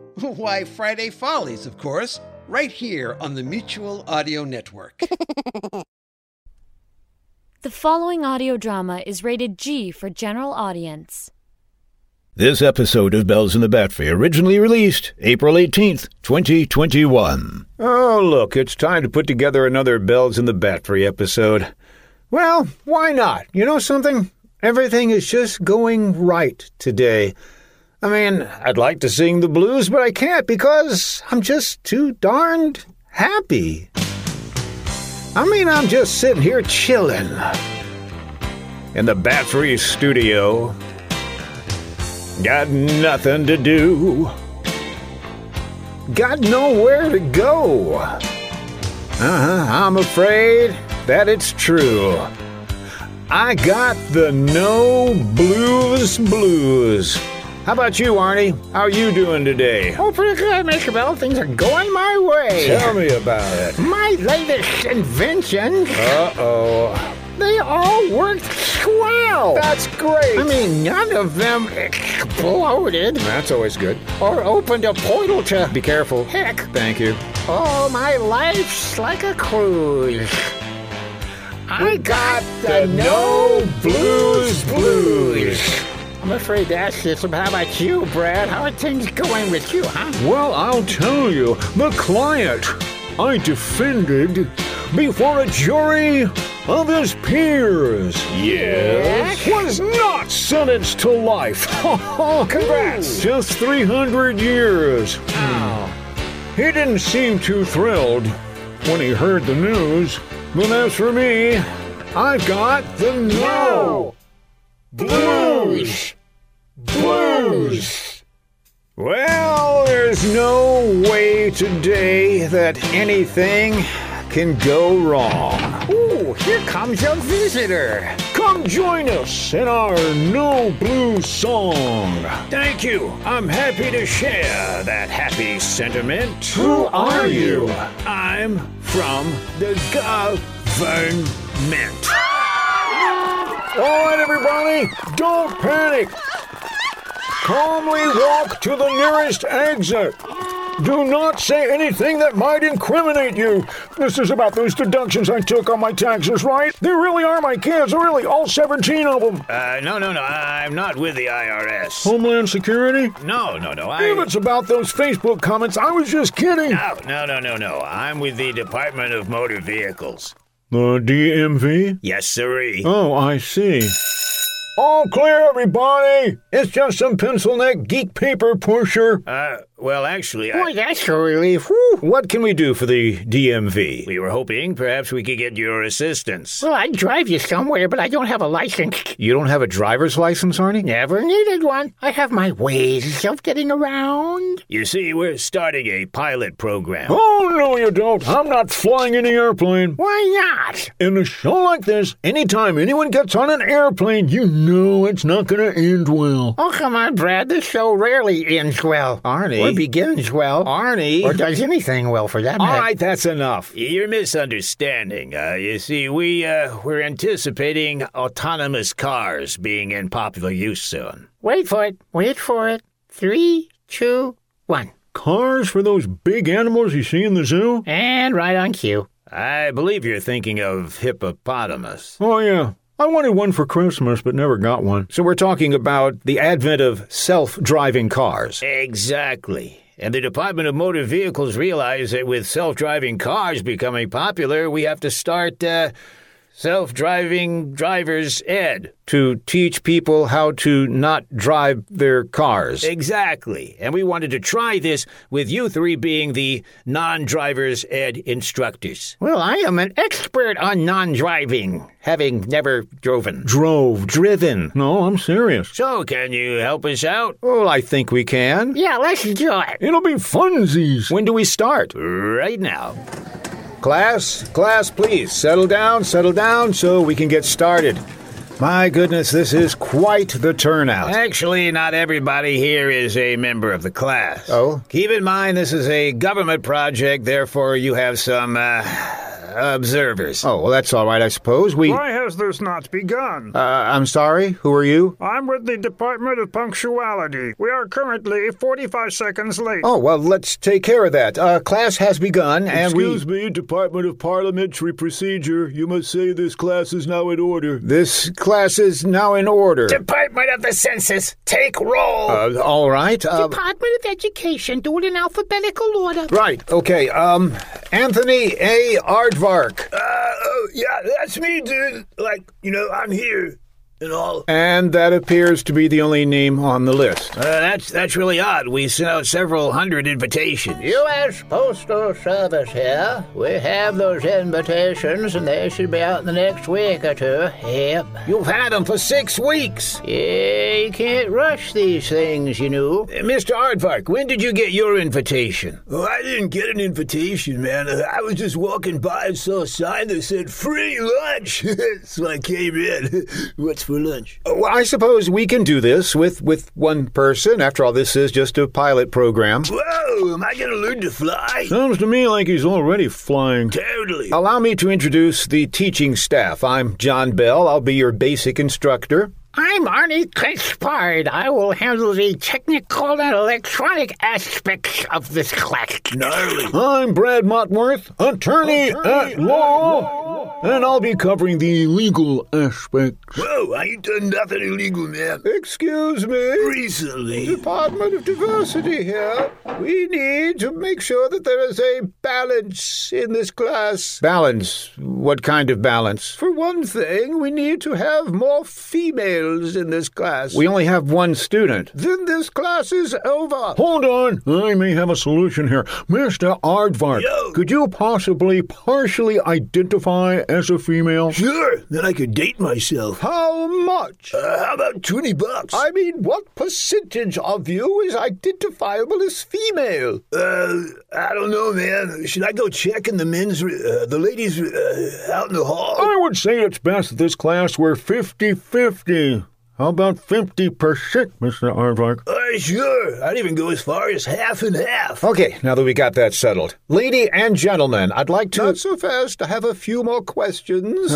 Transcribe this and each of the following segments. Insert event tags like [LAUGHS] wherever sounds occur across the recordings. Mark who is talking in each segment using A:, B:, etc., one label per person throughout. A: [LAUGHS] Why, Friday Follies, of course, right here on the Mutual Audio Network. [LAUGHS]
B: The following audio drama is rated G for general audience.
C: This episode of Bells in the Battery originally released April 18th, 2021. Oh, look, it's time to put together another Bells in the Battery episode. Well, why not? You know something? Everything is just going right today. I mean, I'd like to sing the blues, but I can't because I'm just too darned happy. I mean, I'm just sitting here chilling in the Battery studio. Got nothing to do. Got nowhere to go. Uh huh, I'm afraid that it's true. I got the no blues blues. How about you, Arnie? How are you doing today?
D: Oh, pretty good, Mr. Bell. Things are going my way.
C: Tell me about it.
D: My latest inventions,
C: Uh oh.
D: they all work swell.
C: That's great.
D: I mean, none of them exploded
C: that's always good.
D: or opened a portal to
C: Be careful.
D: heck.
C: Thank you.
D: Oh, my life's like a cruise. I got the no blues blues. I'm afraid that's just how about you, Brad. How are things going with you, huh?
C: Well, I'll tell you, the client I defended before a jury of his peers. Yes. Was not sentenced to life. [LAUGHS] Congrats. Just 300 years. Hmm. He didn't seem too thrilled when he heard the news. But as for me, I've got the no. Blues. Blues. Well, there's no way today that anything can go wrong.
D: Ooh, here comes a visitor.
C: Come join us in our No Blue song. Thank you. I'm happy to share that happy sentiment. Who
D: are you?
C: I'm from the government. All right, everybody, don't panic. Calmly walk to the nearest exit. Do not say anything that might incriminate you. This is about those deductions I took on my taxes, right? They really are my kids, really, all 17 of them.
E: Uh, no, no, no. I'm not with the IRS.
C: Homeland Security?
E: No, no, no. I.
C: If it's about those Facebook comments, I was just kidding.
E: No, no, no, no, no. I'm with the Department of Motor Vehicles.
C: The DMV?
E: Yes, sirree.
C: Oh, I see. All clear, everybody! It's just some pencil neck geek paper pusher.
E: Uh, well, actually,
D: Boy,
E: I,
D: that's a relief.
C: Whew, what can we do for the DMV?
E: we were hoping perhaps we could get your assistance.
D: Well, I'd drive you somewhere, but I don't have a license.
C: You don't have a driver's license, Arnie?
D: Never needed one. I have my ways of getting around.
E: You see, we're starting a pilot program.
C: Oh, no, you don't. I'm not flying any airplane.
D: Why not?
C: In a show like this, anytime anyone gets on an airplane, you know it's not going to end well.
D: Oh, come on, Brad. This show rarely ends well.
C: Arnie.
D: Or begins well.
C: Arnie.
D: Or does anything well, for that matter.
C: All right, that's enough.
E: You're misunderstanding. Uh, you see, we uh, we're anticipating autonomous cars being in popular use soon.
D: Wait for it. Wait for it. Three, two, one.
C: Cars for those big animals you see in the zoo?
D: And right on cue.
E: I believe you're thinking of hippopotamus.
C: Oh, yeah. I wanted one for Christmas, but never got one.
E: Mm-hmm.
C: So we're talking about the advent of self driving cars.
E: Exactly. And the Department of Motor Vehicles realized that with self driving cars becoming popular, we have to start uh,
F: self driving driver's ed.
G: to teach people how to not drive their cars.
F: Exactly. And we wanted to try this with you three being the non driver's ed instructors.
D: Well, I am an expert on non driving, having never driven.
G: Drove, driven. No, I'm serious.
F: So, can you help us out?
G: Well, I think we can.
D: Yeah, let's do it.
C: It'll be funsies.
G: When do we start?
F: Right now.
G: Class, class, please settle down, settle down so we can get started. My goodness, this is quite the turnout.
F: Actually, not everybody here is a member of the class.
G: Oh?
F: Keep in mind, this is a government project, therefore, you have some, uh, observers.
G: Oh, well, that's all right, I suppose. We. Uh,
H: Why has this not begun?
G: I'm sorry, who are you?
H: I'm with the Department of Punctuality. We are currently 45 seconds late.
G: Oh, well, let's take care of that. Uh, class has begun, and
C: Excuse
G: we.
C: me, Department of Parliamentary Procedure. You must say this class is now in order.
G: This class is now in order.
F: Department of the Census, take roll!
G: Uh, all right. Uh,
D: Department of Education, do it in alphabetical order.
G: right, okay. Um, Anthony A. Aardvark.
D: Uh,
F: oh, yeah, that's me, dude. Like, you know, I'm here and all.
G: And that appears to be the only name on the list.
F: Uh, that's that's really odd. We sent out several hundred invitations.
D: U.S. Postal Service here. We have those invitations, and they should be out in the next week or two. Yep.
F: You've had them for six weeks.
D: Yeah, you can't rush these things, you know.
F: Uh, Mr. Aardvark, when did you get your invitation?
H: Oh, I didn't get an invitation, man. I was just walking by and saw a sign that said free lunch. [LAUGHS] so I came in. [LAUGHS] What's for lunch?
G: Oh, Well, I suppose we can do this with, with one person. After all, this is just a pilot program.
H: Whoa, am I going to learn to fly?
C: Sounds to me like he's already flying.
H: Totally.
G: Allow me to introduce the teaching staff. I'm John Bell. I'll be your basic instructor.
D: I'm Arnie Crespard. I will handle the technical and electronic aspects of this class.
H: Gnarly.
G: I'm Brad Motworth, attorney, at law, and I'll be covering the legal aspects.
H: Whoa, I ain't done nothing illegal, man.
G: Excuse me.
H: Recently.
G: Department of Diversity here. We need to make sure that there is a balance in this class. Balance? What kind of balance? For one thing, we need to have more females in this class. We only have one student. Then this class is over.
C: Hold on, I may have a solution here. Mr. Aardvark,
H: Yo.
C: could you possibly partially identify as a female?
H: Sure, then I could date myself.
G: How much?
H: Uh, how about 20 bucks?
G: I mean, what percentage of you is identifiable as female?
H: Uh, I don't know, man. Should I go check in the men's, re- uh, the ladies' re- uh, out in the
G: Oh,
H: hall?
C: I would say it's best that this class were 50 50. How about 50%, Mr. Aardvark?
H: Uh, sure. I'd even go as far as half and half.
G: Okay, now that we got that settled. Lady and gentlemen, I'd like to. Uh, Not so fast. I have a few more questions.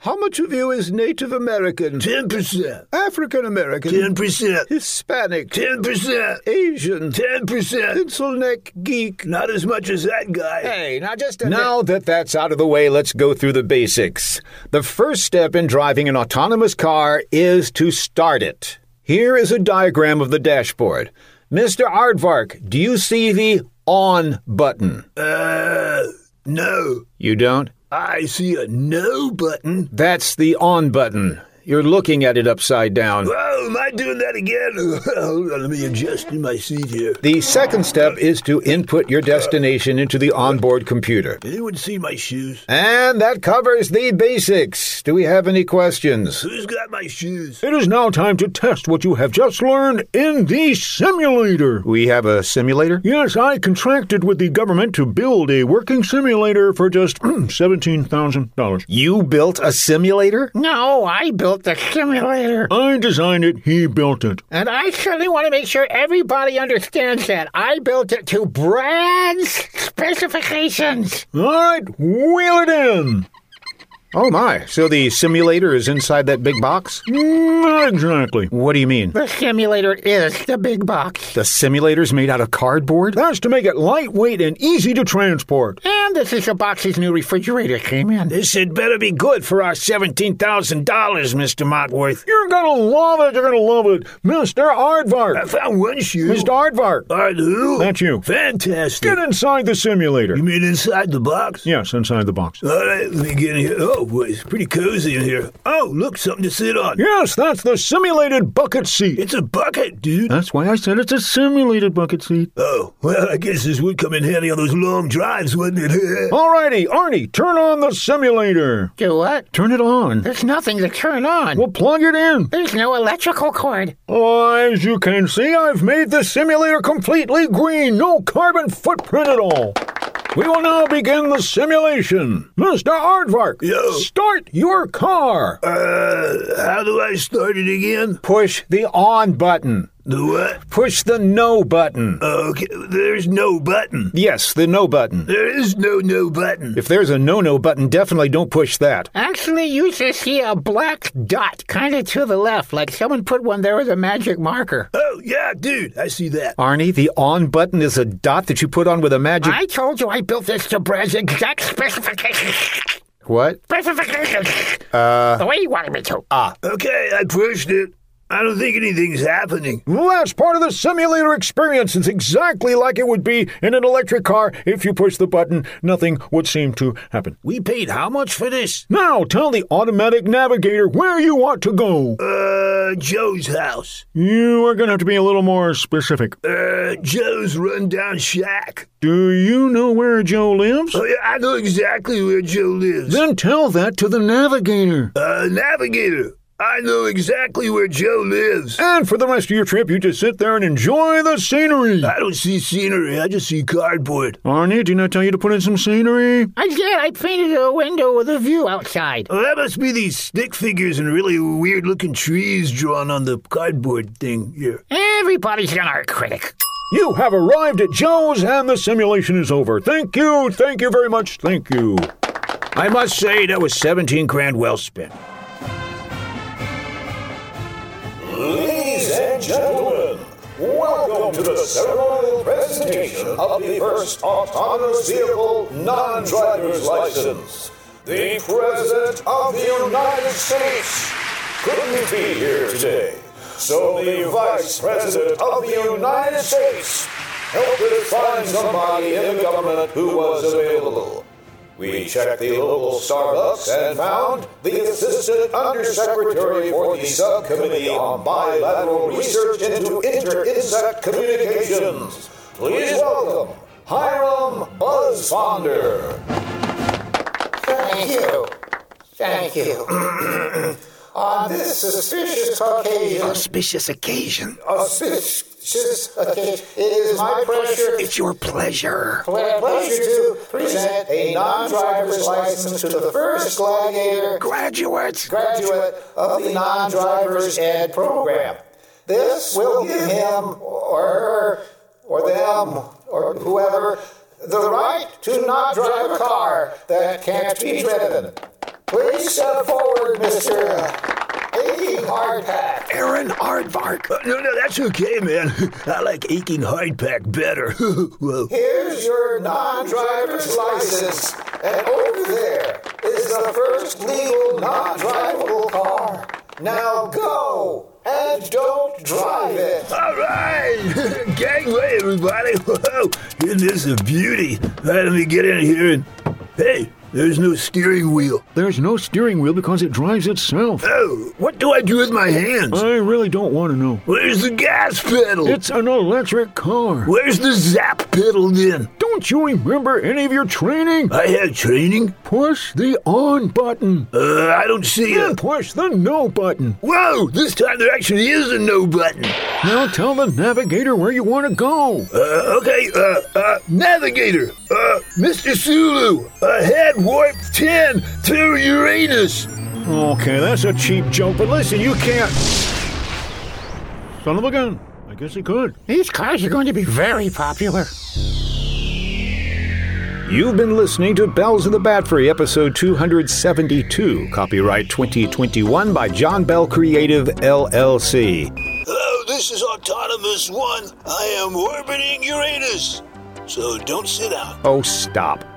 G: How much of you is Native American,
H: 10%.
G: African American,
H: 10%.
G: Hispanic,
H: 10%.
G: Asian,
H: 10%.
G: pencil neck geek?
H: Not as much as that guy.
D: Hey, now just a
G: Now that that's out of the way, let's go through the basics. The first step in driving an autonomous car is to start it. Here is a diagram of the dashboard. Mr. Aardvark, do you see the on button?
H: Uh, no.
G: You don't?
H: I see a no button.
G: That's the on button. You're looking at it upside down.
H: Whoa, am I doing that again? [LAUGHS] Hold on, let me adjust in my seat here.
G: The second step is to input your destination into the onboard computer.
H: Anyone see my shoes?
G: And that covers the basics. Do we have any questions?
H: Who's got my shoes?
C: It is now time to test what you have just learned in the simulator.
G: We have a simulator?
C: Yes, I contracted with the government to build a working simulator for just [CLEARS THROAT] $17,000.
G: You built a simulator?
D: No, I built the simulator.
C: I designed it, he built it.
D: And I certainly want to make sure everybody understands that. I built it to Brad's specifications.
C: All right, wheel it in.
G: Oh my, so the simulator is inside that big box?
C: Mm, Not exactly.
G: What do you mean?
D: The simulator is the big box.
G: The simulator's made out of cardboard?
C: That's to make it lightweight and easy to transport.
D: And this is the box's new refrigerator came in.
F: This had better be good for our $17,000, Mr. Motworth.
C: You're gonna love it, you're gonna love it. Mr.
H: I
C: Aardvark!
H: found one shoe.
C: Mr. Aardvark!
G: Uh,
H: All right, who?
C: That's you.
H: Fantastic.
C: Get inside the simulator.
H: You mean inside the box?
C: Yes, inside the box.
H: All right, let me get in here. Oh,
G: Oh, well, it's pretty cozy in here. Oh, look, something to sit on.
C: Yes, that's the simulated bucket seat.
G: It's a bucket, dude.
C: That's why I said it's a simulated bucket seat.
G: Oh, well, I guess this would come in handy on those long drives, wouldn't it? [LAUGHS]
C: Alrighty, Arnie, turn on the simulator.
D: Do what?
C: Turn it on.
D: There's nothing to turn on.
C: We'll plug it in.
D: There's no electrical cord.
C: As you can see, I've made the simulator completely green, no carbon footprint at all. We will now begin the simulation. Mr. Aardvark,
G: Yo.
C: start your car.
G: uh, how do I start it again?
C: Push the on button.
G: The what?
C: Push the no button.
G: Okay, there's no button.
C: Yes, the no button.
G: There is no no button.
C: If there's a no no button, definitely don't push that.
D: Actually, you should see a black dot kind of to the left, like someone put one there with a magic marker.
G: Oh, yeah, dude, I see that.
C: Arnie, the on button is a dot that you put on with a magic.
D: I told you I built this to Brad's exact specifications.
C: What?
D: Specifications. the way you wanted me to.
G: Okay, I pushed it. I don't think anything's happening.
C: Well, that's part of the simulator experience. It's exactly like it would be in an electric car. If you push the button, nothing would seem to happen.
E: We paid how much for this?
C: Now tell the automatic navigator where you want to go.
G: Uh, Joe's house.
C: You are going to have to be a little more specific.
G: Uh, Joe's rundown shack.
C: Do you know where Joe lives?
G: Oh, yeah, I know exactly where Joe lives.
C: Then tell that to the navigator.
G: Uh, navigator. I know exactly where Joe lives.
C: And for the rest of your trip, you just sit there and enjoy the scenery.
G: I don't see scenery. I just see cardboard.
C: Arnie, didn't I tell you to put in some scenery?
D: I did. I painted a window with a view outside.
G: Oh, that must be these stick figures and really weird-looking trees drawn on the cardboard thing here.
D: Everybody's an art critic.
C: You have arrived at Joe's and the simulation is over. Thank you, thank you very much, thank you.
E: I must say that was 17 grand well spent.
I: Ladies and gentlemen, welcome to the ceremonial presentation of the first autonomous vehicle non-driver's license. The President of the United States couldn't be here today, so the Vice President of the United States helped us find somebody in the government who was available. We checked the local Starbucks and found the Assistant Undersecretary for the Subcommittee on Bilateral Research into Inter-Insect Communications. Please welcome Hiram Buzzfonder.
D: Thank you. Thank
I: [CLEARS THROAT]
D: you. On this suspicious occasion,
E: Auspicious occasion.
I: Auspicious
D: occasion, it is my pleasure,
E: It's your pleasure.
D: pleasure to
I: present a non-driver's license to the first gladiator
E: Graduates.
I: graduate of the non-driver's ed program. This will give him or her or them or whoever the right to not drive a car that can't be driven. Please step forward, Mr. Aching Hardpack.
E: Aaron Aardvark.
G: Uh, no, no, that's okay, man. [LAUGHS] I like aching hardpack better. [LAUGHS] Whoa.
I: Here's your non-driver's license, and over there is the first legal non-drivable car. Now go and don't drive it.
G: All right, [LAUGHS] gangway, everybody. [LAUGHS] Whoa, goodness of beauty. All right, let me get in here and hey, there's no steering wheel.
C: There's no steering wheel because it drives itself.
G: Oh, what do I do with my hands?
C: I really don't want to know.
G: Where's the gas pedal?
C: It's an electric car.
G: Where's the zap pedal then?
C: Don't you remember any of your training?
G: I had training.
C: Push the on button.
G: Uh, I don't see
C: Then
G: a.
C: push the no button.
G: Whoa, this time there actually is a no button.
C: Now tell the navigator where you want to go.
G: Uh, okay, uh, uh, navigator, uh, Mr. Sulu, ahead warp 10 to Uranus.
C: Okay, that's a cheap joke, but listen, you can't. Son of a gun. I guess he could.
D: These cars are going to be very popular.
C: You've been listening to Bells of the Bat Free, episode 272, copyright 2021 by John Bell Creative LLC.
G: Hello, Oh, this is Autonomous One. I am orbiting Uranus. So don't sit out.
C: Oh, stop.